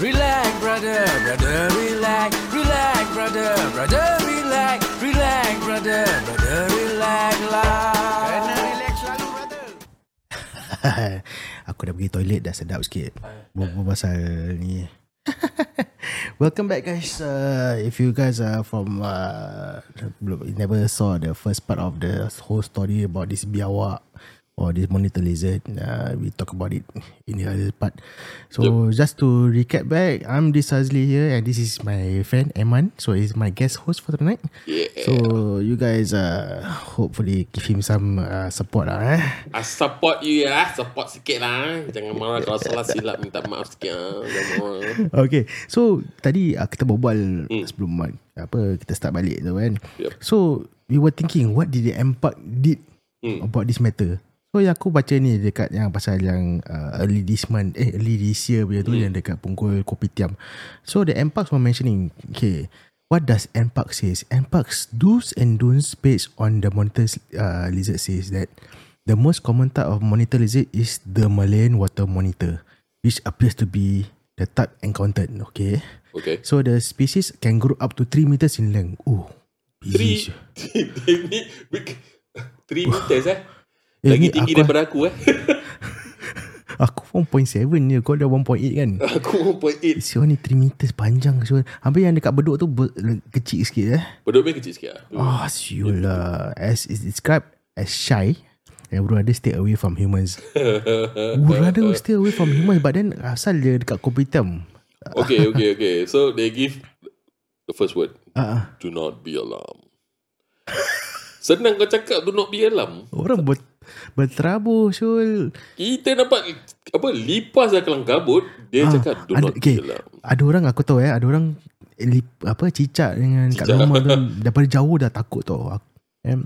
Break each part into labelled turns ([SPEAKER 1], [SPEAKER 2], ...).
[SPEAKER 1] Relax, brother, brother, relax. Relax, brother, brother, relax. Relax, brother, brother, relax lah. Kena relax selalu, brother.
[SPEAKER 2] Aku dah pergi toilet dah sedap sikit Berbual pasal ni Welcome back guys uh, If you guys are from uh, belum- Never saw the first part of the whole story About this biawak Or this monitor lizard uh, We talk about it in the other part So just to recap back I'm this Azli here And this is my friend Eman So he's my guest host for tonight yeah. So you guys uh, Hopefully give him some uh, support lah eh
[SPEAKER 3] I support you ya Support sikit lah Jangan marah Kalau salah silap Minta maaf sikit ah. Jangan marah
[SPEAKER 2] Okay So Tadi uh, kita berbual hmm. Sebelum mic, Apa Kita start balik tu kan
[SPEAKER 3] Yup.
[SPEAKER 2] So We were thinking What did the MPAC Did hmm.
[SPEAKER 3] Hmm.
[SPEAKER 2] About this matter So yang aku baca ni Dekat yang pasal yang uh, Early this month Eh early this year punya tu Yang dekat punggol Kopitiam So the MPAC were mentioning Okay What does MPAC says? MPAC's do's and don'ts page on the monitor uh, lizard says that the most common type of monitor lizard is the Malayan water monitor, which appears to be the type encountered. Okay,
[SPEAKER 3] Okay
[SPEAKER 2] so the species can grow up to three meters in length. Oh,
[SPEAKER 3] Three Dia ni big- Three meters eh
[SPEAKER 2] Eh,
[SPEAKER 3] Lagi
[SPEAKER 2] ni
[SPEAKER 3] tinggi
[SPEAKER 2] aku-
[SPEAKER 3] daripada aku eh
[SPEAKER 2] Aku 1.7 je, kau dah 1.8 kan?
[SPEAKER 3] Aku 1.8
[SPEAKER 2] Siapa ni 3 meters panjang siapa. Hampir yang dekat bedok tu ber, kecil sikit eh.
[SPEAKER 3] Bedok ni kecil sikit lah
[SPEAKER 2] Oh, siul lah. As is described as shy and would rather stay away from humans. would rather stay away from humans but then asal dia dekat kompitam.
[SPEAKER 3] Okay okay okay So they give The first word
[SPEAKER 2] Ah, ah.
[SPEAKER 3] Do not be alarmed Senang kau cakap Do not be alarmed
[SPEAKER 2] orang ber, berterabur siul.
[SPEAKER 3] Kita dapat Apa Lipas dah kelang kabut Dia
[SPEAKER 2] Ah,
[SPEAKER 3] cakap Do
[SPEAKER 2] ada-
[SPEAKER 3] not
[SPEAKER 2] okay.
[SPEAKER 3] be alarmed
[SPEAKER 2] Ada orang aku tahu eh, ada orang lip, apa cicak dengan kat
[SPEAKER 3] Cicak.
[SPEAKER 2] rumah tu daripada jauh dah takut tau. Aku, eh,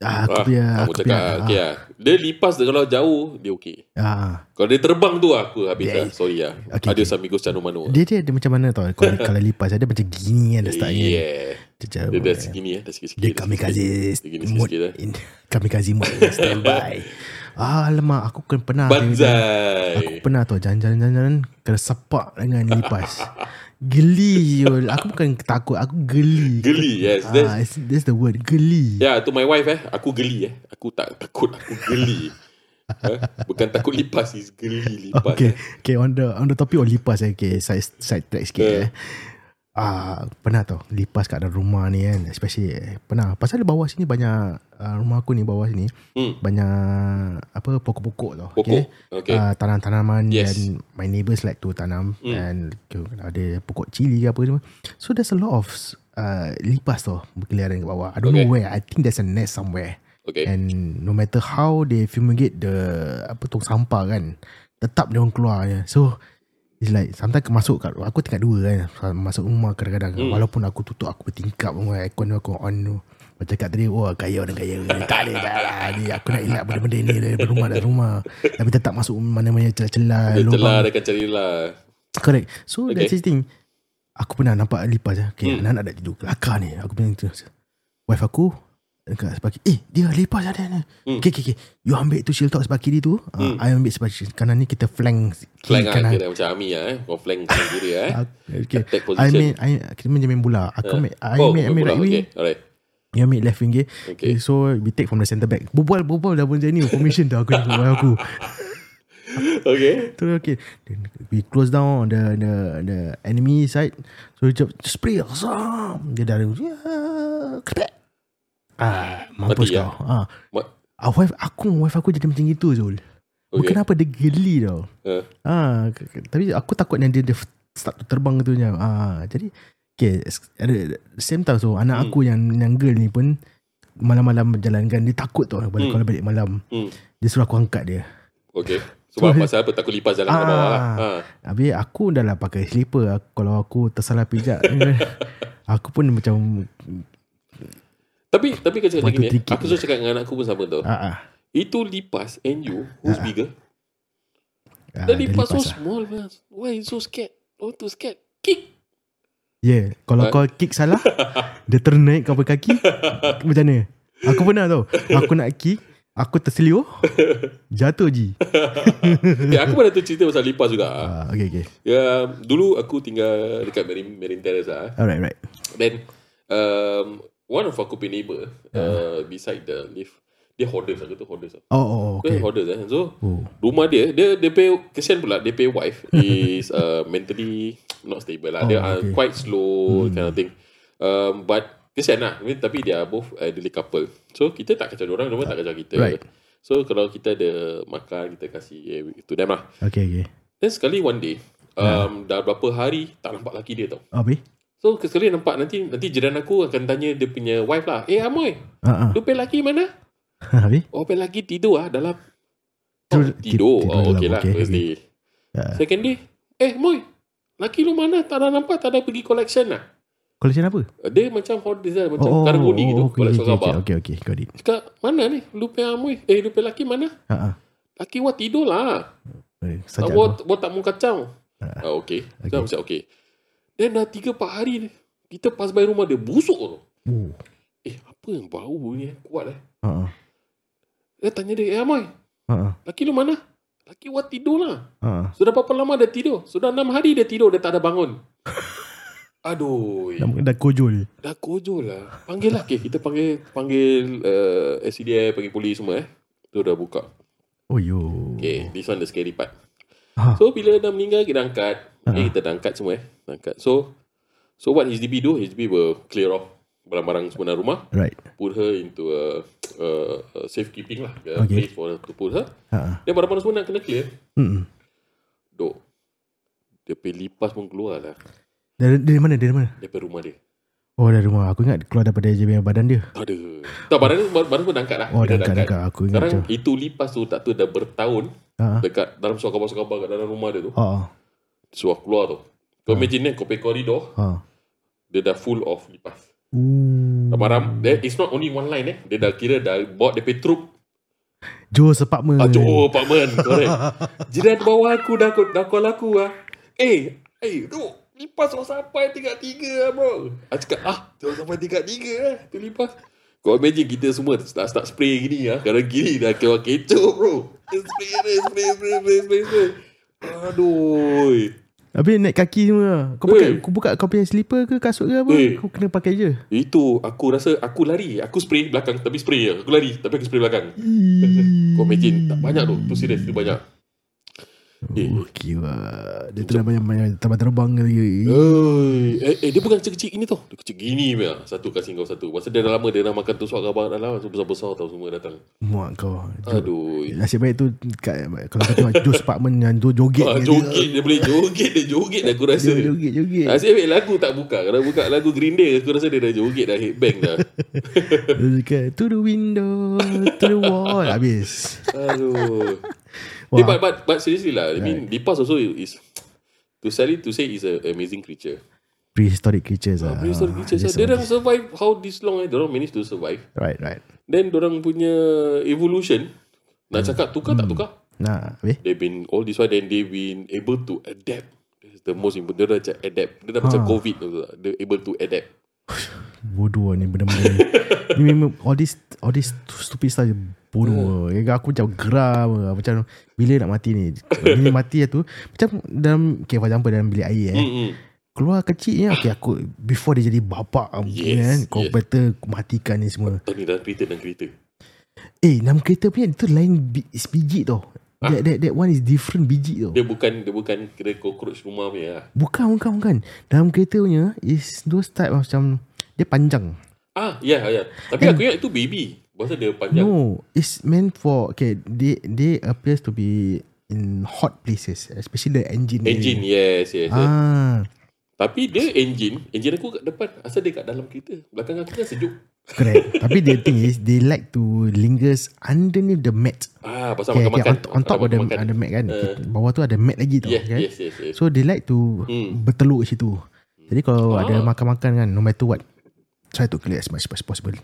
[SPEAKER 2] ah, aku
[SPEAKER 3] Ah,
[SPEAKER 2] punya
[SPEAKER 3] Aku
[SPEAKER 2] aku
[SPEAKER 3] cakap
[SPEAKER 2] punya.
[SPEAKER 3] ah, okay lah. Dia lipas dia kalau jauh Dia okay
[SPEAKER 2] ah, ah.
[SPEAKER 3] Kalau dia terbang tu aku habis
[SPEAKER 2] Yeah.
[SPEAKER 3] yeah. lah. Sorry lah.
[SPEAKER 2] Okay,
[SPEAKER 3] Okay, Adios amigos cano mano.
[SPEAKER 2] Dia dia ada macam mana tau kalau, kalau lipas dia macam gini kan dah start kan.
[SPEAKER 3] Yeah.
[SPEAKER 2] Dia jauh.
[SPEAKER 3] Dia dah segini eh. Dah sikit-sikit.
[SPEAKER 2] Dia
[SPEAKER 3] dah
[SPEAKER 2] kamikaze
[SPEAKER 3] sikit-sikit. Dia gini
[SPEAKER 2] mood
[SPEAKER 3] sikit lah.
[SPEAKER 2] in, Kamikaze mood Standby ah, Alamak Aku kan pernah Aku
[SPEAKER 3] Banzai.
[SPEAKER 2] pernah tau Jalan-jalan-jalan Kena sepak dengan lipas Geli Yul Aku bukan takut Aku geli
[SPEAKER 3] Geli yes.
[SPEAKER 2] ah,
[SPEAKER 3] That's,
[SPEAKER 2] it's- That's the word Geli
[SPEAKER 3] yeah, tu my wife eh. Aku geli eh. Aku tak takut. Aku geli. Eh, Bukan takut lipas is geli lipas.
[SPEAKER 2] Okay,
[SPEAKER 3] Eh.
[SPEAKER 2] okay on the on the topic of lipas eh. Okay, side side track sikit eh. Ah, pernah tau lipas kat dalam rumah ni kan, especially eh, pernah. Pasal di bawah sini banyak uh, rumah aku ni bawah sini
[SPEAKER 3] Hmm.
[SPEAKER 2] banyak apa pokok-pokok tau.
[SPEAKER 3] Pokok. Okay.
[SPEAKER 2] Uh, tanam-tanaman yes.
[SPEAKER 3] Yes.
[SPEAKER 2] and my neighbours like to tanam mm.
[SPEAKER 3] Hmm.
[SPEAKER 2] and ke- ada pokok cili ke apa semua. So there's a lot of uh, lipas tu berkeliaran kat bawah. I don't okay. know
[SPEAKER 3] Okay.
[SPEAKER 2] where. I think there's a nest somewhere.
[SPEAKER 3] Okay.
[SPEAKER 2] And no matter how they fumigate the apa tu sampah kan, tetap dia orang keluar je. So it's like sometimes aku masuk kat aku tingkat dua kan, masuk rumah kadang-kadang hmm. walaupun aku tutup aku bertingkap semua aircon aku on tu. Macam cakap tadi, oh kaya orang kaya. Tak boleh lah. Ni aku nak elak benda-benda ni daripada rumah dan rumah. Tapi tetap masuk mana-mana celah-celah.
[SPEAKER 3] Dia celah
[SPEAKER 2] uh, lubang.
[SPEAKER 3] dia akan carilah.
[SPEAKER 2] Correct. So okay.
[SPEAKER 3] Okay.
[SPEAKER 2] that's the thing. Aku pernah nampak lipas lah. Okay, hmm. anak-anak dah tidur. Kelakar ni. Aku punya tu. Wife aku dekat sebelah kiri. Eh, dia lipas ada ni. Hmm.
[SPEAKER 3] Hmm.
[SPEAKER 2] Okay, okay, okay. You ambil tu shield top sebelah kiri tu. Hmm. Uh, I ambil sebelah kiri. kanan ni kita flank kiri
[SPEAKER 3] Flank lah.
[SPEAKER 2] kanan.
[SPEAKER 3] Kira macam Ami lah eh. Kau flank kanan kiri lah eh.
[SPEAKER 2] Ah, Okay.
[SPEAKER 3] Attack
[SPEAKER 2] I
[SPEAKER 3] position.
[SPEAKER 2] main, I, kita main main bola. Aku ambil, I
[SPEAKER 3] Oh,
[SPEAKER 2] main, I main
[SPEAKER 3] bola.
[SPEAKER 2] right wing.
[SPEAKER 3] Okay. Alright.
[SPEAKER 2] You ambil left wing okay.
[SPEAKER 3] Okay.
[SPEAKER 2] So we take from the centre back Berbual berbual dah pun macam ni Formation dah aku Aku aku
[SPEAKER 3] Okay.
[SPEAKER 2] Terus okay Then we close down on the the, the enemy side So dia just spray Zam! Dia dah yeah, Kepek Ah, mampus
[SPEAKER 3] Mati,
[SPEAKER 2] kau.
[SPEAKER 3] ya?
[SPEAKER 2] Ah,
[SPEAKER 3] Ma-
[SPEAKER 2] ah, wife, aku dengan wife aku jadi macam gitu Zul. Okay.
[SPEAKER 3] Okay.
[SPEAKER 2] Kenapa dia geli tau?
[SPEAKER 3] Eh.
[SPEAKER 2] Ah, k- k- tapi aku takut yang dia, dia f- start to terbang tu je. Ah, jadi okay, s- at the same time so anak hmm. aku yang yang girl ni pun malam-malam berjalankan dia takut tau balik kalau balik malam.
[SPEAKER 3] Hmm.
[SPEAKER 2] Dia suruh aku angkat dia.
[SPEAKER 3] Okay.
[SPEAKER 2] So-
[SPEAKER 3] Sebab pasal apa takut lipas jalan ke bawah lah.
[SPEAKER 2] Ah, Habis aku dah lah pakai slipper aku, Kalau aku tersalah pijak eh, Aku pun macam
[SPEAKER 3] Tapi tapi kau cakap
[SPEAKER 2] One,
[SPEAKER 3] macam
[SPEAKER 2] two,
[SPEAKER 3] ni.
[SPEAKER 2] three,
[SPEAKER 3] Aku selalu cakap dengan anak aku pun sama tau.
[SPEAKER 2] ah, ah,
[SPEAKER 3] Itu lipas and you who's bigger?
[SPEAKER 2] ah,
[SPEAKER 3] The lipas
[SPEAKER 2] lepas
[SPEAKER 3] so
[SPEAKER 2] lah.
[SPEAKER 3] small man. Why you so scared? Oh too scared. Kick.
[SPEAKER 2] Yeah Kalau
[SPEAKER 3] Ah.
[SPEAKER 2] kau kick salah Dia ternaik kau pakai kaki Macam mana Aku pernah tau Aku nak kick Aku terselio Jatuh Ji
[SPEAKER 3] okay, Eh, Aku pun ada tu cerita pasal lipas juga
[SPEAKER 2] uh, Okay okay
[SPEAKER 3] ya, Dulu aku tinggal dekat Marine, Marine Terrace lah
[SPEAKER 2] Alright right
[SPEAKER 3] Then um, One of aku punya neighbour
[SPEAKER 2] Ah.
[SPEAKER 3] uh, Beside the lift Dia hoarders Aku tu hoarders
[SPEAKER 2] Oh oh oh,
[SPEAKER 3] Okay.
[SPEAKER 2] okay
[SPEAKER 3] Hoarders eh So
[SPEAKER 2] oh.
[SPEAKER 3] Rumah dia Dia dia pay, Kesian pula Dia pay wife Is uh, mentally Not stable lah
[SPEAKER 2] Oh,
[SPEAKER 3] Dia uh,
[SPEAKER 2] okay. Hmm.
[SPEAKER 3] quite slow Kind of thing um, But Kesian lah I mean, Tapi dia both Elderly couple So kita tak kacau orang Mereka tak kacau kita
[SPEAKER 2] Right.
[SPEAKER 3] So kalau kita ada Makan Kita kasih eh, To them lah
[SPEAKER 2] Okay okay
[SPEAKER 3] Then sekali one day um, Dah berapa hari Tak nampak laki dia tau
[SPEAKER 2] Abi
[SPEAKER 3] So sekali nampak nanti nanti jiran aku akan tanya dia punya wife lah. Eh Amoy,
[SPEAKER 2] Ah ah.
[SPEAKER 3] lu pay laki mana?
[SPEAKER 2] Abi
[SPEAKER 3] Oh pay laki tidur ah dalam. Oh,
[SPEAKER 2] Tidur-
[SPEAKER 3] tidur.
[SPEAKER 2] tidur dalam,
[SPEAKER 3] Oh, okay lah.
[SPEAKER 2] okay,
[SPEAKER 3] First day.
[SPEAKER 2] Ah.
[SPEAKER 3] Second day. Eh Moy, laki lu mana? Tak ada nampak, tak ada pergi collection lah.
[SPEAKER 2] Collection apa?
[SPEAKER 3] Dia macam hoarders lah. Macam oh, kargoni gitu.
[SPEAKER 2] okay,
[SPEAKER 3] collection
[SPEAKER 2] okay,
[SPEAKER 3] gambar.
[SPEAKER 2] okay, okay, okay, got it.
[SPEAKER 3] Cakap, mana ni? Lu pay Amoy? Eh lu pay laki mana?
[SPEAKER 2] Ha ah.
[SPEAKER 3] Laki wah tidur lah.
[SPEAKER 2] Eh, Sajak.
[SPEAKER 3] Tak buat,
[SPEAKER 2] tu.
[SPEAKER 3] buat tak mau kacau.
[SPEAKER 2] Ah.
[SPEAKER 3] Ah, okay.
[SPEAKER 2] Okay.
[SPEAKER 3] okay. Kita macam okay. Then dah 3-4 hari ni. Kita pass by rumah dia. Busuk tu.
[SPEAKER 2] Oh.
[SPEAKER 3] Eh apa yang bau ni eh? Kuat eh.
[SPEAKER 2] Ha ah.
[SPEAKER 3] Dia tanya dia. Eh Amoy.
[SPEAKER 2] Ha ah.
[SPEAKER 3] Laki lu mana? Laki wat tidur lah.
[SPEAKER 2] Ha ah.
[SPEAKER 3] Sudah berapa lama dia tidur? Sudah 6 hari dia tidur. Dia tak ada bangun. Aduh.
[SPEAKER 2] Dah, dah kojol.
[SPEAKER 3] Dah kojol lah. Panggil lah. Okay, kita panggil panggil uh, SCDI, panggil polis semua eh. Tu dah buka.
[SPEAKER 2] Oh yo.
[SPEAKER 3] Okay, this one the scary part.
[SPEAKER 2] Ha.
[SPEAKER 3] So bila dah meninggal kita angkat.
[SPEAKER 2] Ah.
[SPEAKER 3] Okay, kita dah angkat semua eh. Dah Angkat. So so what HDB do? HDB will clear off barang-barang semua dalam rumah,
[SPEAKER 2] Right.
[SPEAKER 3] put her into a, a, a safekeeping lah, a
[SPEAKER 2] Okay.
[SPEAKER 3] place for her to put her.
[SPEAKER 2] Ha ah.
[SPEAKER 3] Then barang-barang semua nak kena clear.
[SPEAKER 2] Hmm.
[SPEAKER 3] Dok. Dia pergi lipas pun keluar lah
[SPEAKER 2] Dari, dari mana? Dari mana?
[SPEAKER 3] daripada rumah dia.
[SPEAKER 2] Oh, dari rumah. Aku ingat keluar daripada je punya badan dia.
[SPEAKER 3] Tak ada. Tak, barang dia barang semua dah angkat lah.
[SPEAKER 2] Oh,
[SPEAKER 3] Kita
[SPEAKER 2] dah dekat, dekat. Aku ingat
[SPEAKER 3] Sekarang
[SPEAKER 2] macam.
[SPEAKER 3] itu lipas tu tak tu dah bertahun
[SPEAKER 2] Ha ah.
[SPEAKER 3] dekat dalam suatu kabar-kabar kat dalam rumah dia tu.
[SPEAKER 2] Ha ah.
[SPEAKER 3] Suruh keluar tu. Kau imagine ni, kau pergi koridor,
[SPEAKER 2] Ha.
[SPEAKER 3] dia dah full of lipas.
[SPEAKER 2] Ooh.
[SPEAKER 3] Maram, dia- it's not only one line eh. Dia dah kira dah bought dia pay troop.
[SPEAKER 2] Joe apartment.
[SPEAKER 3] Ah, Johor apartment, correct. Jiran bawah aku dah, dah call aku ah. Eh, eh, tu lipas orang sampai tingkat tiga ah, bro. Aku cakap, ah, tu orang sampai tingkat tiga ah, tu lipas. Kau imagine kita semua start, start spray gini ah. Kalau gini dah keluar kecoh bro. Spray, spray, spray, spray, spray, spray, spray. Aduh.
[SPEAKER 2] Habis naik kaki semua. Kau
[SPEAKER 3] Eh.
[SPEAKER 2] buka, kau buka kau punya slipper ke kasut ke apa?
[SPEAKER 3] Eh.
[SPEAKER 2] Kau kena pakai je.
[SPEAKER 3] Itu aku rasa aku lari. Aku spray belakang tapi spray je. Aku lari tapi aku spray belakang. Kau imagine tak banyak tu. Tu serius tu banyak. Eh.
[SPEAKER 2] Oh, kira. Dia tu dah banyak-banyak terbang-terbang lagi.
[SPEAKER 3] Oi, eh, eh, dia bukan kecil-kecil ini tau. Dia kecil gini punya. Satu kat singgah satu. Masa dia dah lama dia dah makan tu suap abang dah lama. So besar-besar tau semua datang.
[SPEAKER 2] Muak kau. Joe.
[SPEAKER 3] Aduh.
[SPEAKER 2] Nasib baik tu kat, kalau kau tengok Joe Sparkman yang tu joget.
[SPEAKER 3] Ah,
[SPEAKER 2] dia
[SPEAKER 3] joget dia boleh joget dia joget dah aku rasa. Ah,
[SPEAKER 2] Joget, joget, joget.
[SPEAKER 3] Asyik baik lagu tak buka. Kalau buka lagu Green Day aku rasa dia dah joget dah headbang dah.
[SPEAKER 2] Dia cakap, to the window, to the wall. Habis.
[SPEAKER 3] Aduh.
[SPEAKER 2] Wah.
[SPEAKER 3] Eh, but, but, but seriously lah. I mean, Lipas also is to Sally to say is an amazing creature.
[SPEAKER 2] Prehistoric creatures lah.
[SPEAKER 3] Ah, prehistoric creature. So, dia orang survive how this long eh? Dia orang manage to survive.
[SPEAKER 2] Right, right.
[SPEAKER 3] Then orang punya evolution
[SPEAKER 2] Hmm.
[SPEAKER 3] nak cakap tukar tak tukar.
[SPEAKER 2] Nah, habis.
[SPEAKER 3] They've been all this while then they've been able to adapt. That's the most important. Dia dah macam adapt. Dia dah macam
[SPEAKER 2] Ah.
[SPEAKER 3] COVID tu. Dia able to adapt.
[SPEAKER 2] Bodoh lah ni benda-benda ni. ni memang all this all this stupid stuff je
[SPEAKER 3] Hmm.
[SPEAKER 2] bodoh. Yeah. Aku macam geram lah. macam bila nak mati ni. Bila mati lah tu macam dalam okay for example dalam bilik air eh. Mm.
[SPEAKER 3] Mm-mm.
[SPEAKER 2] Keluar kecilnya okay aku before dia jadi bapak yes,
[SPEAKER 3] Yes,
[SPEAKER 2] kan kau
[SPEAKER 3] yes.
[SPEAKER 2] better matikan ni semua.
[SPEAKER 3] Tadi dalam kereta dan kereta.
[SPEAKER 2] Eh dalam kereta punya tu lain bi- is biji tau.
[SPEAKER 3] Ah.
[SPEAKER 2] That, that, that one is different biji tau.
[SPEAKER 3] Dia bukan dia bukan kira cockroach rumah punya lah.
[SPEAKER 2] Bukan bukan bukan. Dalam kereta punya is those type of macam dia panjang.
[SPEAKER 3] Ah, ya, yeah, ya. Yeah. Tapi aku ingat itu baby. Pasal dia panjang.
[SPEAKER 2] Kan- No, it's meant for okay. They they appears to be in hot places, especially the engine.
[SPEAKER 3] Engine,
[SPEAKER 2] area.
[SPEAKER 3] yes, yes. yes.
[SPEAKER 2] Ah,
[SPEAKER 3] Tapi dia engine, engine aku kat depan. Asal dia kat dalam kereta. Belakang aku kan sejuk.
[SPEAKER 2] correct. Tapi the thing is, they like to lingers underneath the mat.
[SPEAKER 3] Ah, pasal
[SPEAKER 2] Okay, okay,
[SPEAKER 3] makan-makan. Ah,
[SPEAKER 2] on, on top of the
[SPEAKER 3] Makan-makan.
[SPEAKER 2] ada mat kan.
[SPEAKER 3] Uh.
[SPEAKER 2] Bawah tu ada mat lagi tau.
[SPEAKER 3] Yes,
[SPEAKER 2] kan?
[SPEAKER 3] yes, yes, yes.
[SPEAKER 2] So they like to
[SPEAKER 3] Hmm.
[SPEAKER 2] bertelur kat situ. Jadi kalau
[SPEAKER 3] Ah.
[SPEAKER 2] ada makan-makan kan, no matter what, try to clear as much as possible.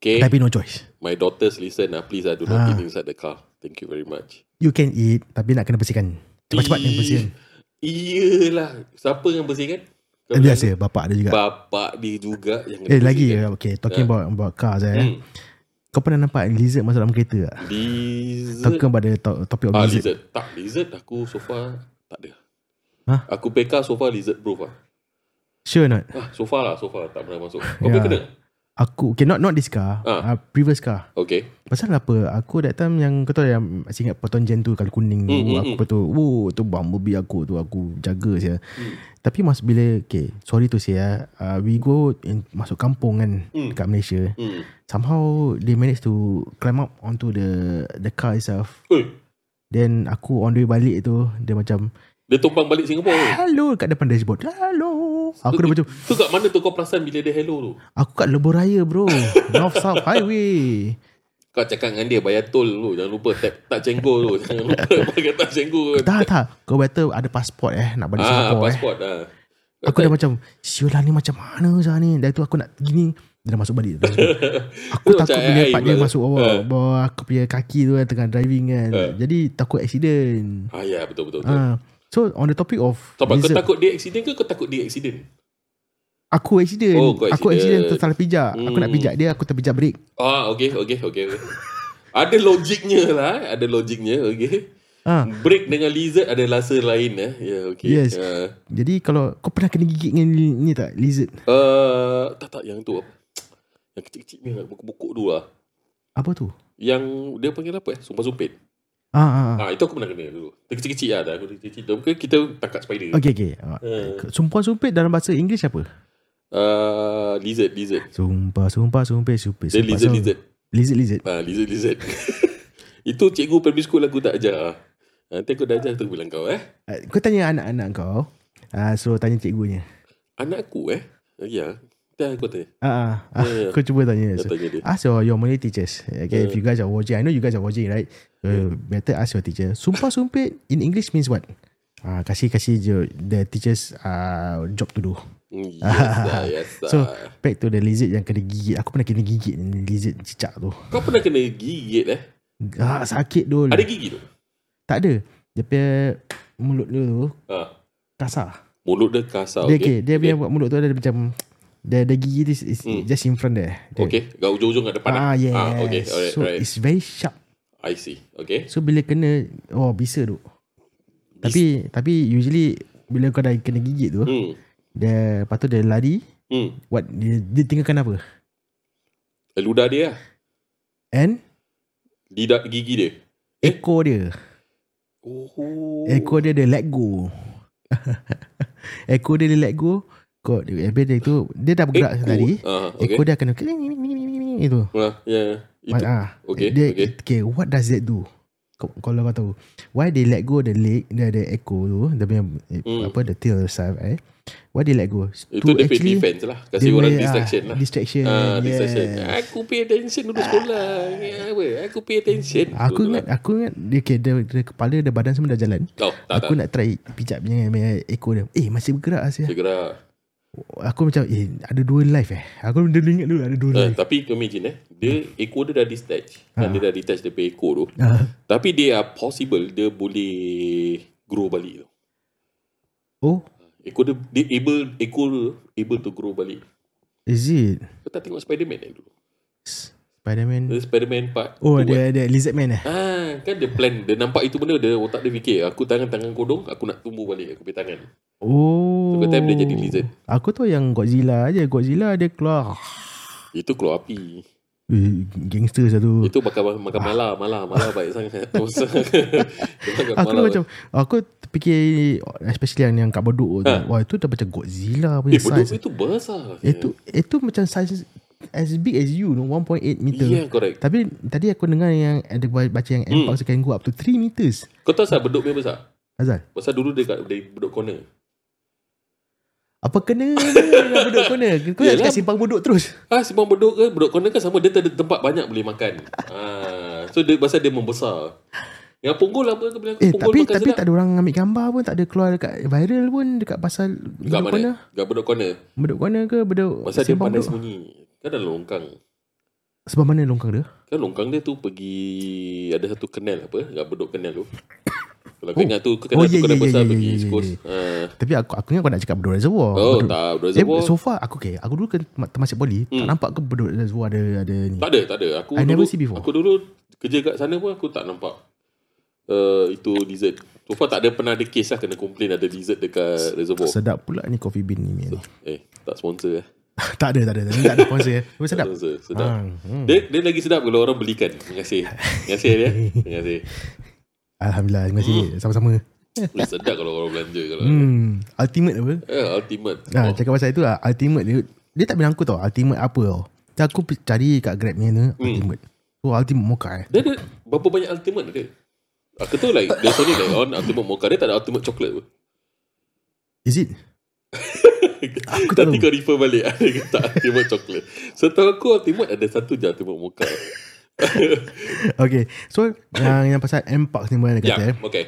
[SPEAKER 3] Okay,
[SPEAKER 2] Tapi no choice.
[SPEAKER 3] my daughters listen lah. Please, I do
[SPEAKER 2] Ah.
[SPEAKER 3] not eat inside the car. Thank you very much.
[SPEAKER 2] You can eat, tapi nak kena bersihkan. Cepat-cepat kena kan? bersihkan.
[SPEAKER 3] Iyalah. Siapa yang bersihkan? Kau bilang
[SPEAKER 2] Eh, Biasa, ya. bapak ada juga.
[SPEAKER 3] Bapak dia juga yang kan?
[SPEAKER 2] Eh lagi okay, talking about about cars eh.
[SPEAKER 3] Ya. Hmm.
[SPEAKER 2] Kau pernah nampak lizard masuk dalam kereta tak?
[SPEAKER 3] Lizard
[SPEAKER 2] Talking about the to- topic of
[SPEAKER 3] Ah
[SPEAKER 2] lizard.
[SPEAKER 3] lizard. Tak lizard aku so far tak ada.
[SPEAKER 2] Hah?
[SPEAKER 3] Aku PK so far lizard proof ah.
[SPEAKER 2] Sure or not?
[SPEAKER 3] Ah so far lah so far tak pernah masuk. Kau
[SPEAKER 2] Ya.
[SPEAKER 3] yeah. kena.
[SPEAKER 2] Aku, okay, not not this car.
[SPEAKER 3] Ah.
[SPEAKER 2] Uh, previous car.
[SPEAKER 3] Okay.
[SPEAKER 2] Pasal apa Aku that time yang Kau tahu yang Masih ingat potong jen tu Kalau kuning tu
[SPEAKER 3] Mm, mm,
[SPEAKER 2] Aku tu Oh tu bumblebee aku tu Aku jaga saya
[SPEAKER 3] Mm.
[SPEAKER 2] Tapi mas bila Okay Sorry tu saya uh, We go in, Masuk kampung kan
[SPEAKER 3] Mm.
[SPEAKER 2] Dekat Malaysia
[SPEAKER 3] Hmm.
[SPEAKER 2] Somehow They managed to Climb up onto the The car itself
[SPEAKER 3] Oi,
[SPEAKER 2] Then aku on the way balik tu Dia macam
[SPEAKER 3] dia tumpang balik Singapura. tu.
[SPEAKER 2] Hello Kat depan dashboard Hello Aku dah macam
[SPEAKER 3] Tu kat mana tu kau perasan bila dia hello tu?
[SPEAKER 2] Aku kat Lebuh Raya bro North South Highway
[SPEAKER 3] Kau cakap dengan dia bayar tol dulu. Jangan lupa tap tak cenggol tu. Jangan lupa pakai tak cenggol.
[SPEAKER 2] Tak tak Kau better ada pasport eh Nak balik
[SPEAKER 3] Ah,
[SPEAKER 2] Singapore eh
[SPEAKER 3] pasport ah.
[SPEAKER 2] Aku dah macam Siul lah ni macam mana sah ni Dari tu aku nak gini Dia dah masuk balik dah masuk. Aku
[SPEAKER 3] Macam
[SPEAKER 2] takut bila
[SPEAKER 3] AI
[SPEAKER 2] part dia
[SPEAKER 3] pula.
[SPEAKER 2] masuk bawah, bawah Aku punya kaki tu kan Tengah driving kan
[SPEAKER 3] Ah.
[SPEAKER 2] Jadi takut accident
[SPEAKER 3] Ah ya betul betul. betul.
[SPEAKER 2] Ah, So on the topic of
[SPEAKER 3] Sabar, kau
[SPEAKER 2] lizard,
[SPEAKER 3] takut dia accident ke kau takut dia accident?
[SPEAKER 2] Aku accident
[SPEAKER 3] Oh, kau
[SPEAKER 2] Aku accident
[SPEAKER 3] accident.
[SPEAKER 2] tersalah pijak Aku nak
[SPEAKER 3] Hmm.
[SPEAKER 2] pijak dia Aku terpijak break
[SPEAKER 3] Ah okey okey okey okey. ada logiknya lah, eh. ada logiknya, okey.
[SPEAKER 2] Ah,
[SPEAKER 3] Break dengan lizard ada rasa lain eh. Ya, yeah, okey.
[SPEAKER 2] Yes.
[SPEAKER 3] Uh,
[SPEAKER 2] Jadi kalau Kau pernah kena gigit dengan li- ni tak Lizard
[SPEAKER 3] uh, tak tak yang tu apa? Yang kecil-kecil ni lah, buku-buku tu lah.
[SPEAKER 2] Apa tu
[SPEAKER 3] Yang dia panggil apa eh? Sumpah sumpit.
[SPEAKER 2] Ah, ah, ah.
[SPEAKER 3] Ah itu aku pernah kena dulu. Dia kecil-kecil lah, dah aku kecil-kecil. Tapi kita tangkap spider.
[SPEAKER 2] Okay okay Ah,
[SPEAKER 3] Eh.
[SPEAKER 2] Sumpuan sumpit dalam bahasa Inggeris apa
[SPEAKER 3] Uh, lizard, lizard.
[SPEAKER 2] Sumpah sumpah sumpit sumpit
[SPEAKER 3] Dia
[SPEAKER 2] sumpah,
[SPEAKER 3] lizard,
[SPEAKER 2] sumpit.
[SPEAKER 3] lizard.
[SPEAKER 2] Lizard lizard
[SPEAKER 3] Ah, lizard, lizard. itu cikgu primary school aku tak ajar. ah. Nanti aku dah ajar tu bilang kau eh.
[SPEAKER 2] Uh, Kau tanya anak-anak kau uh, So tanya cikgunya
[SPEAKER 3] Anak aku eh. Ya. Dah aku tanya.
[SPEAKER 2] uh, uh,
[SPEAKER 3] Ya, ya.
[SPEAKER 2] Kau cuba tanya
[SPEAKER 3] Dah
[SPEAKER 2] so,
[SPEAKER 3] tanya dia.
[SPEAKER 2] Ask your, your Malay teachers Okay if you guys are watching I know you guys are watching right uh, Better ask your teacher Sumpah sumpit In English means what? Uh, kasih kasih je the teachers uh, job to do.
[SPEAKER 3] Mm, Yes lah, yes lah.
[SPEAKER 2] So back to the lizard yang kena gigit. Aku pernah kena gigit ni lizard cicak tu.
[SPEAKER 3] Kau pernah kena gigit eh?
[SPEAKER 2] Ah sakit dul.
[SPEAKER 3] Ada gigi tu?
[SPEAKER 2] Tak ada. Dia punya mulut dia tu
[SPEAKER 3] Ha.
[SPEAKER 2] kasar.
[SPEAKER 3] Mulut dia kasar.
[SPEAKER 2] Dia okay, dia punya buat mulut tu ada macam dia ada gigi dia is,
[SPEAKER 3] Hmm.
[SPEAKER 2] hmm. just in front there. Dia-
[SPEAKER 3] Okay. Kat ujung-ujung kat depan.
[SPEAKER 2] Ah, yes.
[SPEAKER 3] Ah, okay. Alright,
[SPEAKER 2] so
[SPEAKER 3] alright.
[SPEAKER 2] it's very sharp.
[SPEAKER 3] I see. Okay.
[SPEAKER 2] So bila kena oh bisa tu. Tapi tapi usually bila kau dah kena gigit tu, hmm.
[SPEAKER 3] Hmm.
[SPEAKER 2] dia lepas tu dia lari,
[SPEAKER 3] Hmm.
[SPEAKER 2] what dia, dia tinggalkan apa?
[SPEAKER 3] Eh, Ludah dia lah.
[SPEAKER 2] And
[SPEAKER 3] Lidah gigi dia.
[SPEAKER 2] ekor dia.
[SPEAKER 3] Oh.
[SPEAKER 2] Ekor dia dia let go. ekor dia dia let go. Kau habis dia tu dia dah bergerak
[SPEAKER 3] Ekor.
[SPEAKER 2] tadi.
[SPEAKER 3] Ah, okay.
[SPEAKER 2] Ekor dia akan kering ni ni ni ni ni tu.
[SPEAKER 3] Ah, yeah. Itu.
[SPEAKER 2] Ah,
[SPEAKER 3] Okay,
[SPEAKER 2] Dia,
[SPEAKER 3] okay.
[SPEAKER 2] okay. what does that do? Kau- Kalau kau tahu Why they let go the leg The, the echo tu Dia punya eh,
[SPEAKER 3] Hmm.
[SPEAKER 2] Apa The tail stuff eh Why they let go
[SPEAKER 3] Itu dia punya defense lah. Kasih
[SPEAKER 2] dia
[SPEAKER 3] orang
[SPEAKER 2] punya, ah,
[SPEAKER 3] distraction lah.
[SPEAKER 2] Distraction
[SPEAKER 3] Ah,
[SPEAKER 2] yes.
[SPEAKER 3] distraction. Aku pay attention dulu sekolah. Ya, apa? Aku pay attention.
[SPEAKER 2] Aku
[SPEAKER 3] Dulu
[SPEAKER 2] ingat Aku ingat dia, okay, dia, dia kepala Dia badan semua dah jalan
[SPEAKER 3] lah. Oh, lah. tak,
[SPEAKER 2] Aku
[SPEAKER 3] tak.
[SPEAKER 2] nak try Pijak punya, punya ekor dia Eh masih bergerak Asia.
[SPEAKER 3] Segera.
[SPEAKER 2] Aku macam Eh ada dua life eh Aku dah ingat dulu Ada dua
[SPEAKER 3] Eh,
[SPEAKER 2] life
[SPEAKER 3] tapi kau imagine eh Dia ekor dia dah detach ha. Dia dah detach daripada ekor tu
[SPEAKER 2] Ah.
[SPEAKER 3] Tapi dia are possible Dia boleh Grow balik tu
[SPEAKER 2] Oh
[SPEAKER 3] Ekor dia, dia able Ekor dia able to grow balik
[SPEAKER 2] Is it
[SPEAKER 3] Kau tak tengok Spiderman yang dulu
[SPEAKER 2] Spiderman
[SPEAKER 3] Dia Spiderman part
[SPEAKER 2] Oh
[SPEAKER 3] two kan?
[SPEAKER 2] ada ada lizard man eh
[SPEAKER 3] Ah, kan dia plan Dia nampak itu benda Dia otak dia fikir Aku tangan-tangan kodong Aku nak tumbuh balik Aku punya tangan
[SPEAKER 2] Oh
[SPEAKER 3] So, kau time dia jadi lizard.
[SPEAKER 2] Aku tu yang Godzilla aja Godzilla dia keluar
[SPEAKER 3] Itu keluar api
[SPEAKER 2] Eh, gangster satu.
[SPEAKER 3] Itu makan, makan mala Mala Mala baik sangat
[SPEAKER 2] Aku dah macam aku terfikir especially yang yang kat Bedok tu.
[SPEAKER 3] Ha.
[SPEAKER 2] Wah, itu dah macam Godzilla punya
[SPEAKER 3] Eh
[SPEAKER 2] hmm, size.
[SPEAKER 3] beduk itu besar
[SPEAKER 2] Itu itu macam size as big as you, no 1.8 meter.
[SPEAKER 3] Ya yeah, correct
[SPEAKER 2] Tapi tadi aku dengar yang ada ba- baca yang
[SPEAKER 3] Hmm.
[SPEAKER 2] Mpox can go up to 3 meters.
[SPEAKER 3] Kau tahu sah beduk punya besar
[SPEAKER 2] Azal,
[SPEAKER 3] Pasal dulu dia kat dari Bedok Corner.
[SPEAKER 2] apa kena dengan Bedok kena? Kau nak
[SPEAKER 3] Yelah.
[SPEAKER 2] cakap simpang Bedok terus.
[SPEAKER 3] Ah, Simpang Bedok ke? Bedok Corner kan sama. Dia ada tempat banyak boleh makan. Ah, so, dia, pasal dia membesar. Yang punggol apa? Kau bilang
[SPEAKER 2] Eh,
[SPEAKER 3] punggol
[SPEAKER 2] tapi
[SPEAKER 3] makan
[SPEAKER 2] tapi
[SPEAKER 3] sedap.
[SPEAKER 2] tak ada orang ambil gambar pun, tak ada keluar dekat viral pun dekat pasal
[SPEAKER 3] Dekat
[SPEAKER 2] Bedok
[SPEAKER 3] mana?
[SPEAKER 2] kena.
[SPEAKER 3] Dekat Bedok Corner.
[SPEAKER 2] Bedok kena ke Bedok
[SPEAKER 3] Pasal dia
[SPEAKER 2] Simpang
[SPEAKER 3] pandai
[SPEAKER 2] Bedok?
[SPEAKER 3] sembunyi. Kan ada longkang.
[SPEAKER 2] Sebab mana longkang dia?
[SPEAKER 3] Kan longkang dia tu pergi... Ada satu kenal apa? Dekat Bedok Kenal tu. Kalau kau
[SPEAKER 2] Oh.
[SPEAKER 3] ingat tu
[SPEAKER 2] Oh,
[SPEAKER 3] Kau kena, oh,
[SPEAKER 2] ya, ya,
[SPEAKER 3] kena
[SPEAKER 2] ya,
[SPEAKER 3] besar
[SPEAKER 2] ya,
[SPEAKER 3] pergi
[SPEAKER 2] ya,
[SPEAKER 3] East
[SPEAKER 2] ya,
[SPEAKER 3] Coast
[SPEAKER 2] ya.
[SPEAKER 3] Ah.
[SPEAKER 2] Tapi aku aku ingat kau nak cakap Bedok Reservoir.
[SPEAKER 3] Oh
[SPEAKER 2] Bedok-
[SPEAKER 3] tak Bedok
[SPEAKER 2] Eh,
[SPEAKER 3] Reservoir Hmm.
[SPEAKER 2] so far aku okay. Aku dulu kan ke Temasek Poly, tak nampak ke Bedok Reservoir ada ada ni.
[SPEAKER 3] Tak ada tak ada Aku
[SPEAKER 2] I
[SPEAKER 3] dulu
[SPEAKER 2] never see before.
[SPEAKER 3] Aku dulu Kerja kat sana pun Aku tak nampak uh, Itu dessert So far tak ada pernah ada case lah Kena complain ada dessert dekat reservoir
[SPEAKER 2] Sedap pula ni coffee bean ni. ni.
[SPEAKER 3] Eh tak sponsor eh
[SPEAKER 2] tak ada, tak ada. Ni tak ada sponsor ya. Tapi sedap.
[SPEAKER 3] Sponsor sedap
[SPEAKER 2] Ah, hmm.
[SPEAKER 3] Dia, dia lagi sedap kalau orang belikan. Terima kasih. Terima kasih dia. Terima kasih.
[SPEAKER 2] Alhamdulillah, terima kasih.
[SPEAKER 3] Hmm.
[SPEAKER 2] Sama-sama.
[SPEAKER 3] Dia sedap kalau orang belanja kalau. Hmm.
[SPEAKER 2] Hmm, ultimate apa?
[SPEAKER 3] Eh, ultimate.
[SPEAKER 2] Nah,
[SPEAKER 3] oh.
[SPEAKER 2] cakap pasal itu lah Ultimate dia Dia tak bilang aku tau Ultimate apa tau Tapi aku pe- cari kat Grab ni
[SPEAKER 3] Hmm.
[SPEAKER 2] tu Ultimate Oh ultimate mocha eh
[SPEAKER 3] Dia ada berapa banyak ultimate dia? Aku tahu like There's only like on ultimate mocha Dia tak ada ultimate chocolate pun
[SPEAKER 2] Is it? aku tak
[SPEAKER 3] Nanti
[SPEAKER 2] tahu
[SPEAKER 3] kau refer balik Ada ke tak ultimate chocolate Setahu aku ultimate ada satu je ultimate mocha
[SPEAKER 2] Okay So yang, yang pasal M-Parks ni Mana dia kata
[SPEAKER 3] Ya
[SPEAKER 2] eh
[SPEAKER 3] okay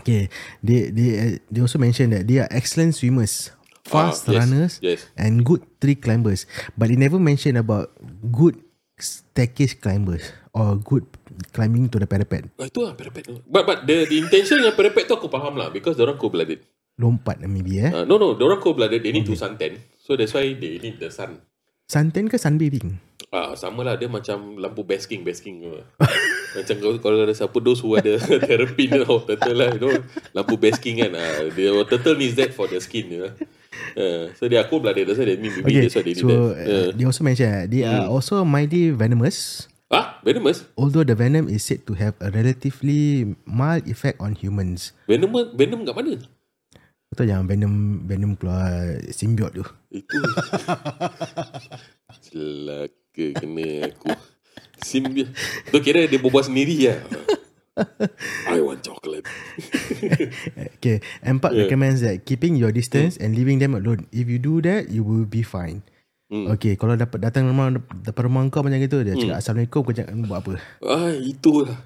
[SPEAKER 2] Okay They, they, they also mention that They are excellent swimmers Fast
[SPEAKER 3] Ah, yes,
[SPEAKER 2] runners
[SPEAKER 3] yes.
[SPEAKER 2] And good tree climbers But they never mention about Good staircase climbers Or good climbing to the parapet
[SPEAKER 3] Ah, Itu lah parapet tu But, but the, the intention yang parapet tu aku faham lah Because diorang cold blooded
[SPEAKER 2] Lompat maybe eh
[SPEAKER 3] uh, No no Diorang cold blooded They need to suntan So that's why they need the sun
[SPEAKER 2] Suntan ke sunbathing?
[SPEAKER 3] Ah, sama lah dia macam lampu basking basking ke. macam kalau, kalau ada siapa those who ada therapy ni oh, turtle lah you know lampu basking kan ah the turtle needs that for the skin you know. Uh, so dia aku blooded that's why they mean
[SPEAKER 2] Okay,
[SPEAKER 3] maybe that's why they
[SPEAKER 2] so
[SPEAKER 3] need that. Ah.
[SPEAKER 2] uh, they also mention that they
[SPEAKER 3] Hmm.
[SPEAKER 2] are also mighty venomous,
[SPEAKER 3] Uh. Ah, venomous.
[SPEAKER 2] although the venom is said to have a relatively mild effect on humans.
[SPEAKER 3] Venom venom kat mana?
[SPEAKER 2] Kau tahu yang venom venom keluar simbiot tu.
[SPEAKER 3] Itu. Celaka kena aku. Simbi. Tu kira dia berbual sendiri lah. I want chocolate.
[SPEAKER 2] Okay, Empat yeah. Hmm. recommends that keeping your distance and leaving them alone. If you do that, you will be fine.
[SPEAKER 3] Hmm.
[SPEAKER 2] Okay, kalau dapat datang rumah depan rumah kau macam gitu, dia cakap assalamualaikum kau jangan buat apa.
[SPEAKER 3] Ah, itulah.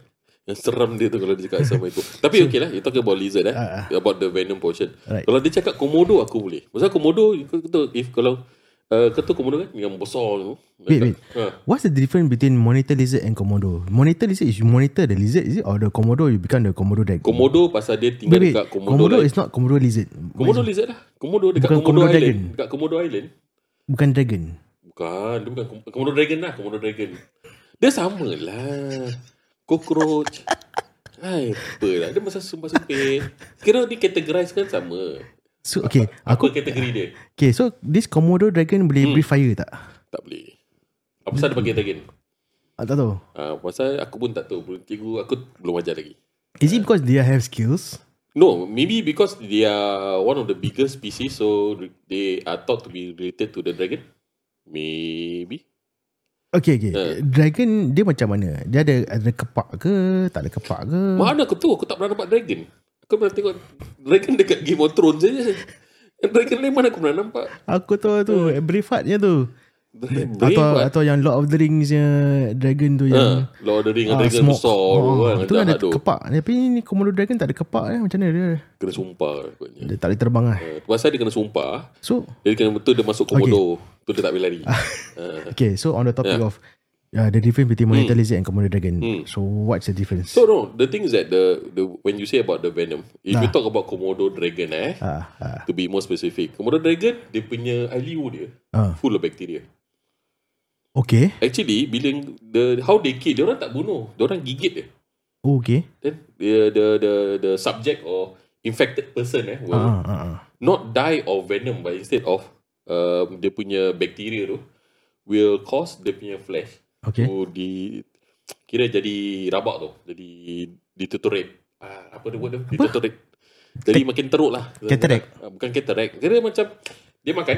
[SPEAKER 3] Yang seram dia tu kalau dia cakap sama itu. Tapi okay lah, you talk about lizard eh.
[SPEAKER 2] Ah,
[SPEAKER 3] About the venom portion.
[SPEAKER 2] Alright.
[SPEAKER 3] Kalau dia cakap komodo, aku boleh. Maksudnya komodo, kau tahu, if kalau, uh, kau tahu komodo kan, yang besar tu.
[SPEAKER 2] Wait, wait.
[SPEAKER 3] Ha.
[SPEAKER 2] What's the difference between monitor lizard and komodo? Monitor lizard is you monitor the lizard is it or the komodo you become the komodo that
[SPEAKER 3] Komodo pasal dia tinggal
[SPEAKER 2] Wait, wait.
[SPEAKER 3] dekat komodo,
[SPEAKER 2] Komodo
[SPEAKER 3] Island.
[SPEAKER 2] is not Komodo lizard.
[SPEAKER 3] Komodo lizard lah. Komodo dekat
[SPEAKER 2] Bukan
[SPEAKER 3] komodo,
[SPEAKER 2] Komodo
[SPEAKER 3] island.
[SPEAKER 2] dragon.
[SPEAKER 3] Dekat komodo island.
[SPEAKER 2] Bukan dragon.
[SPEAKER 3] Bukan, dia bukan kom- komodo dragon lah, komodo dragon. Dia sama lah. Cockroach. Hai, apa lah. Dia masa sumpah sempit. Kira dia categorize kan sama.
[SPEAKER 2] So okay,
[SPEAKER 3] Apa
[SPEAKER 2] aku Hmm.
[SPEAKER 3] kategori dia?
[SPEAKER 2] okay. So this Komodo dragon boleh breathe fire tak?
[SPEAKER 3] Tak boleh. Apa pasal dia panggil dragon?
[SPEAKER 2] Ah, tak tahu.
[SPEAKER 3] Uh, pasal aku pun tak tahu. Belum cikgu, aku belum ajar lagi.
[SPEAKER 2] Is it because they have skills?
[SPEAKER 3] No, maybe because they are one of the biggest species, so they are thought to be related to the dragon. Maybe.
[SPEAKER 2] Okay, okay.
[SPEAKER 3] Ah.
[SPEAKER 2] Dragon dia macam mana? Dia ada ada kepak ke? Tak ada kepak ke?
[SPEAKER 3] Mana aku tahu? Aku tak pernah nampak dragon. Aku pernah tengok dragon dekat Game of Thrones je. Dragon lain mana aku pernah nampak.
[SPEAKER 2] Aku tahu tu,
[SPEAKER 3] Eh.
[SPEAKER 2] uh, Braveheartnya tu.
[SPEAKER 3] Dragon.
[SPEAKER 2] Atau atau yang Lord of the Rings dragon tu yang
[SPEAKER 3] Lord of the Ring,
[SPEAKER 2] ah,
[SPEAKER 3] Eh, Dragon
[SPEAKER 2] smoke.
[SPEAKER 3] besar.
[SPEAKER 2] Ah,
[SPEAKER 3] kan,
[SPEAKER 2] tu kan ada
[SPEAKER 3] jahat tu.
[SPEAKER 2] kepak. Tapi ni Komodo dragon tak ada kepak eh. Macam mana dia?
[SPEAKER 3] Kena sumpah. Katanya.
[SPEAKER 2] Dia tak boleh terbang lah.
[SPEAKER 3] Uh, pasal dia kena sumpah,
[SPEAKER 2] So,
[SPEAKER 3] dia kena betul dia masuk komodo. Tu dia tak boleh lari. Ah.
[SPEAKER 2] Okay, so on the topic of uh, the difference between monitor lizard and Komodo dragon. So what's the difference?
[SPEAKER 3] Hmm. So no, the thing is that the the when you say about the venom, if you talk about komodo dragon eh,
[SPEAKER 2] Ah, ah,
[SPEAKER 3] to be more specific, komodo dragon dia punya ILU dia
[SPEAKER 2] Ah.
[SPEAKER 3] full of bacteria.
[SPEAKER 2] okay,
[SPEAKER 3] Actually, bila the how they kill, dia orang tak bunuh, dia orang gigit dia.
[SPEAKER 2] oh, okay.
[SPEAKER 3] Then the the the the subject or infected person eh
[SPEAKER 2] Ah,
[SPEAKER 3] will
[SPEAKER 2] ah, ah, ah.
[SPEAKER 3] not die of venom but instead of um, dia punya bacteria tu will cause dia punya flesh
[SPEAKER 2] Okay.
[SPEAKER 3] to di kira jadi rabak tu jadi deteriorate ah, apa dia word dia deteriorate jadi makin teruk lah
[SPEAKER 2] Cataract.
[SPEAKER 3] Ah, bukan cataract kira macam dia makan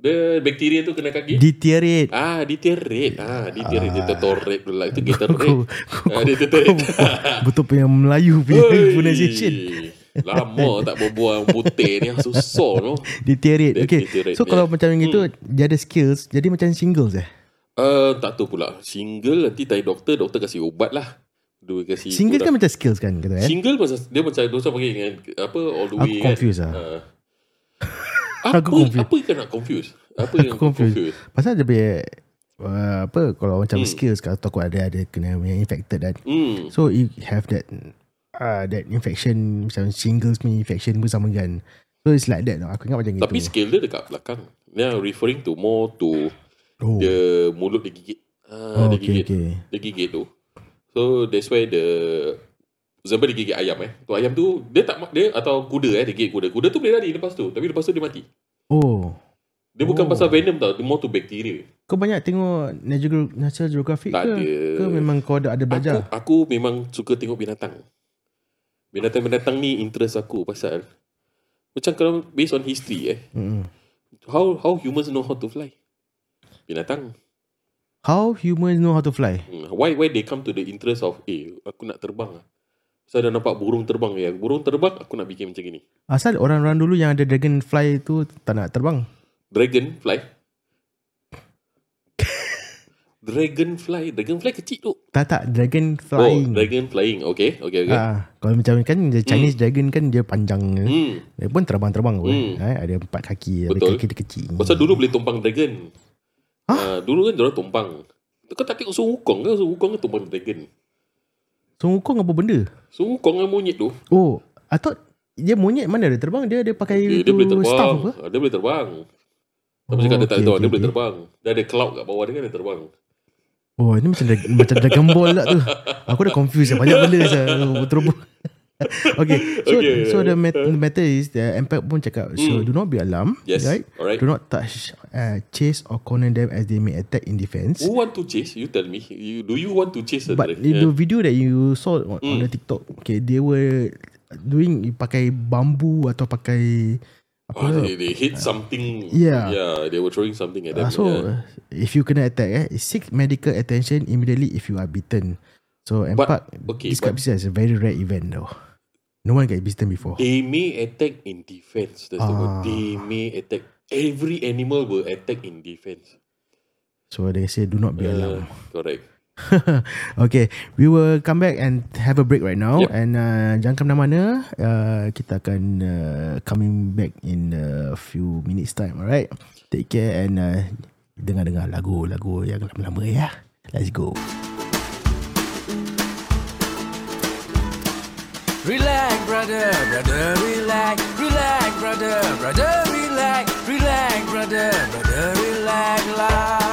[SPEAKER 3] dia bakteria tu kena kaki
[SPEAKER 2] Deteriorate.
[SPEAKER 3] ah deteriorate ah deteriorate deteriorate pula itu
[SPEAKER 2] Kau,
[SPEAKER 3] deteriorate
[SPEAKER 2] kau,
[SPEAKER 3] ah, deteriorate
[SPEAKER 2] betul punya Melayu punya
[SPEAKER 3] Oi.
[SPEAKER 2] pronunciation.
[SPEAKER 3] Lama tak berbual yang putih ni Susah tu
[SPEAKER 2] Deteriorate. Okay.
[SPEAKER 3] Deteriorate,
[SPEAKER 2] So
[SPEAKER 3] yeah.
[SPEAKER 2] kalau macam gitu,
[SPEAKER 3] Hmm.
[SPEAKER 2] dia ada skills. Jadi macam singles eh.
[SPEAKER 3] uh, Tak tahu pula Single nanti tanya doktor Doktor kasih ubat lah Dia kasih
[SPEAKER 2] Singles kan
[SPEAKER 3] ubat.
[SPEAKER 2] macam skills kan, kata eh.
[SPEAKER 3] Single pasal Dia macam dosa panggil dengan Apa all the
[SPEAKER 2] Aku
[SPEAKER 3] way
[SPEAKER 2] confused
[SPEAKER 3] kan
[SPEAKER 2] lah.
[SPEAKER 3] Ah.
[SPEAKER 2] Aku
[SPEAKER 3] Apa,
[SPEAKER 2] confused.
[SPEAKER 3] apa yang nak confuse Apa yang
[SPEAKER 2] Aku confused. Pasal dia punya uh,
[SPEAKER 3] Hmm.
[SPEAKER 2] apa kalau macam skills kalau takut ada ada kena punya infected dan
[SPEAKER 3] Hmm
[SPEAKER 2] So you kan. have that uh, that infection macam shingles punya infection pun sama kan. So it's like that. tau. Aku ingat macam gitu.
[SPEAKER 3] Tapi scale dia dekat belakang. Dia referring to more to
[SPEAKER 2] oh.
[SPEAKER 3] dia mulut dia gigit. Ah,
[SPEAKER 2] oh,
[SPEAKER 3] dia
[SPEAKER 2] okay,
[SPEAKER 3] gigit.
[SPEAKER 2] okay.
[SPEAKER 3] Dia gigit tu. So that's why the Zebra dia gigit ayam eh. Tu ayam tu dia tak ma- dia atau kuda eh dia gigit kuda. Kuda tu boleh lari lepas tu. Tapi lepas tu dia mati.
[SPEAKER 2] Oh.
[SPEAKER 3] Dia bukan
[SPEAKER 2] Oh.
[SPEAKER 3] pasal venom tau. Dia more to bacteria.
[SPEAKER 2] Kau banyak tengok Natural, Natural Geographic
[SPEAKER 3] Tak
[SPEAKER 2] ke?
[SPEAKER 3] ada.
[SPEAKER 2] Ke memang kau ada, ada belajar?
[SPEAKER 3] Aku, aku memang suka tengok binatang. Binatang-binatang ni interest aku pasal macam kalau based on history eh.
[SPEAKER 2] Mm-mm.
[SPEAKER 3] How how humans know how to fly? Binatang.
[SPEAKER 2] How humans know how to fly?
[SPEAKER 3] Hmm, Why why they come to the interest of eh aku nak terbang ah. Saya dah nampak burung terbang ya. Burung terbang aku nak bikin macam gini.
[SPEAKER 2] Asal orang-orang dulu yang ada dragon fly tu tak nak terbang.
[SPEAKER 3] Dragon fly. dragon fly, dragon fly kecil tu.
[SPEAKER 2] Tak tak, dragon
[SPEAKER 3] Oh,
[SPEAKER 2] flying.
[SPEAKER 3] dragon ya. flying. Okay, okay, okay.
[SPEAKER 2] Ah, kalau macam kan dia Chinese dragon kan dia panjang. Hmm.
[SPEAKER 3] Hmm.
[SPEAKER 2] Dia pun terbang-terbang pun.
[SPEAKER 3] Hmm.
[SPEAKER 2] Eh, ada empat kaki, ada
[SPEAKER 3] Betul.
[SPEAKER 2] kaki dia kecil.
[SPEAKER 3] Pasal dulu boleh tumpang dragon. Ha? Uh, dulu kan orang tumpang. Tu Kau tak tengok Sun Wukong ke? Sun Wukong ke tumpang dragon?
[SPEAKER 2] So Wukong apa benda?
[SPEAKER 3] Sun Wukong kan monyet tu.
[SPEAKER 2] Oh, I thought dia monyet mana dia terbang? Dia dia pakai
[SPEAKER 3] Dia,
[SPEAKER 2] yeah,
[SPEAKER 3] Eh, dia boleh terbang.
[SPEAKER 2] staff apa?
[SPEAKER 3] Ah, Dia boleh terbang. Tapi
[SPEAKER 2] Oh,
[SPEAKER 3] cakap dia tak
[SPEAKER 2] okay,
[SPEAKER 3] tahu.
[SPEAKER 2] okay,
[SPEAKER 3] Dia boleh
[SPEAKER 2] okay.
[SPEAKER 3] terbang. Dia ada cloud kat bawah dia kan dia terbang.
[SPEAKER 2] Oh, ini macam dra- macam Dragon Ball lah tu. Aku dah confused lah. banyak benda saya betul Okay, so
[SPEAKER 3] Okay. Hmm.
[SPEAKER 2] so the, mat- the matter is the impact pun cakap so do not be alarmed,
[SPEAKER 3] Yes.
[SPEAKER 2] right?
[SPEAKER 3] Alright.
[SPEAKER 2] Do not touch, uh, chase or corner them as they may attack in defense.
[SPEAKER 3] Who want to chase? You tell me. You, do you want to chase a
[SPEAKER 2] But
[SPEAKER 3] dragon?
[SPEAKER 2] the video that you saw on, on
[SPEAKER 3] Hmm.
[SPEAKER 2] the TikTok, okay, they were doing pakai bambu atau pakai apa?
[SPEAKER 3] Oh,
[SPEAKER 2] tu.
[SPEAKER 3] they, they hit something.
[SPEAKER 2] Yeah.
[SPEAKER 3] Yeah, they were throwing something at them.
[SPEAKER 2] Uh, so
[SPEAKER 3] yeah.
[SPEAKER 2] uh, if you kena attack, eh, seek medical attention immediately if you are bitten. So empat
[SPEAKER 3] okay,
[SPEAKER 2] this kind of is a very rare event though. No one get bitten before.
[SPEAKER 3] They may attack in defense. That's the
[SPEAKER 2] Ah.
[SPEAKER 3] word. They may attack. Every animal will attack in defense.
[SPEAKER 2] So they say do not be
[SPEAKER 3] Yeah,
[SPEAKER 2] alarmed.
[SPEAKER 3] correct.
[SPEAKER 2] okay, we will come back and have a break right now.
[SPEAKER 3] Yep.
[SPEAKER 2] And uh, jangan ke mana-mana. Uh, kita akan uh, coming back in a few minutes time. Alright, take care and uh, dengar-dengar lagu-lagu yang lama-lama ya. Let's go.
[SPEAKER 1] Relax, brother, brother, relax, relax, brother, brother, relax, relax, brother, brother, relax, lah.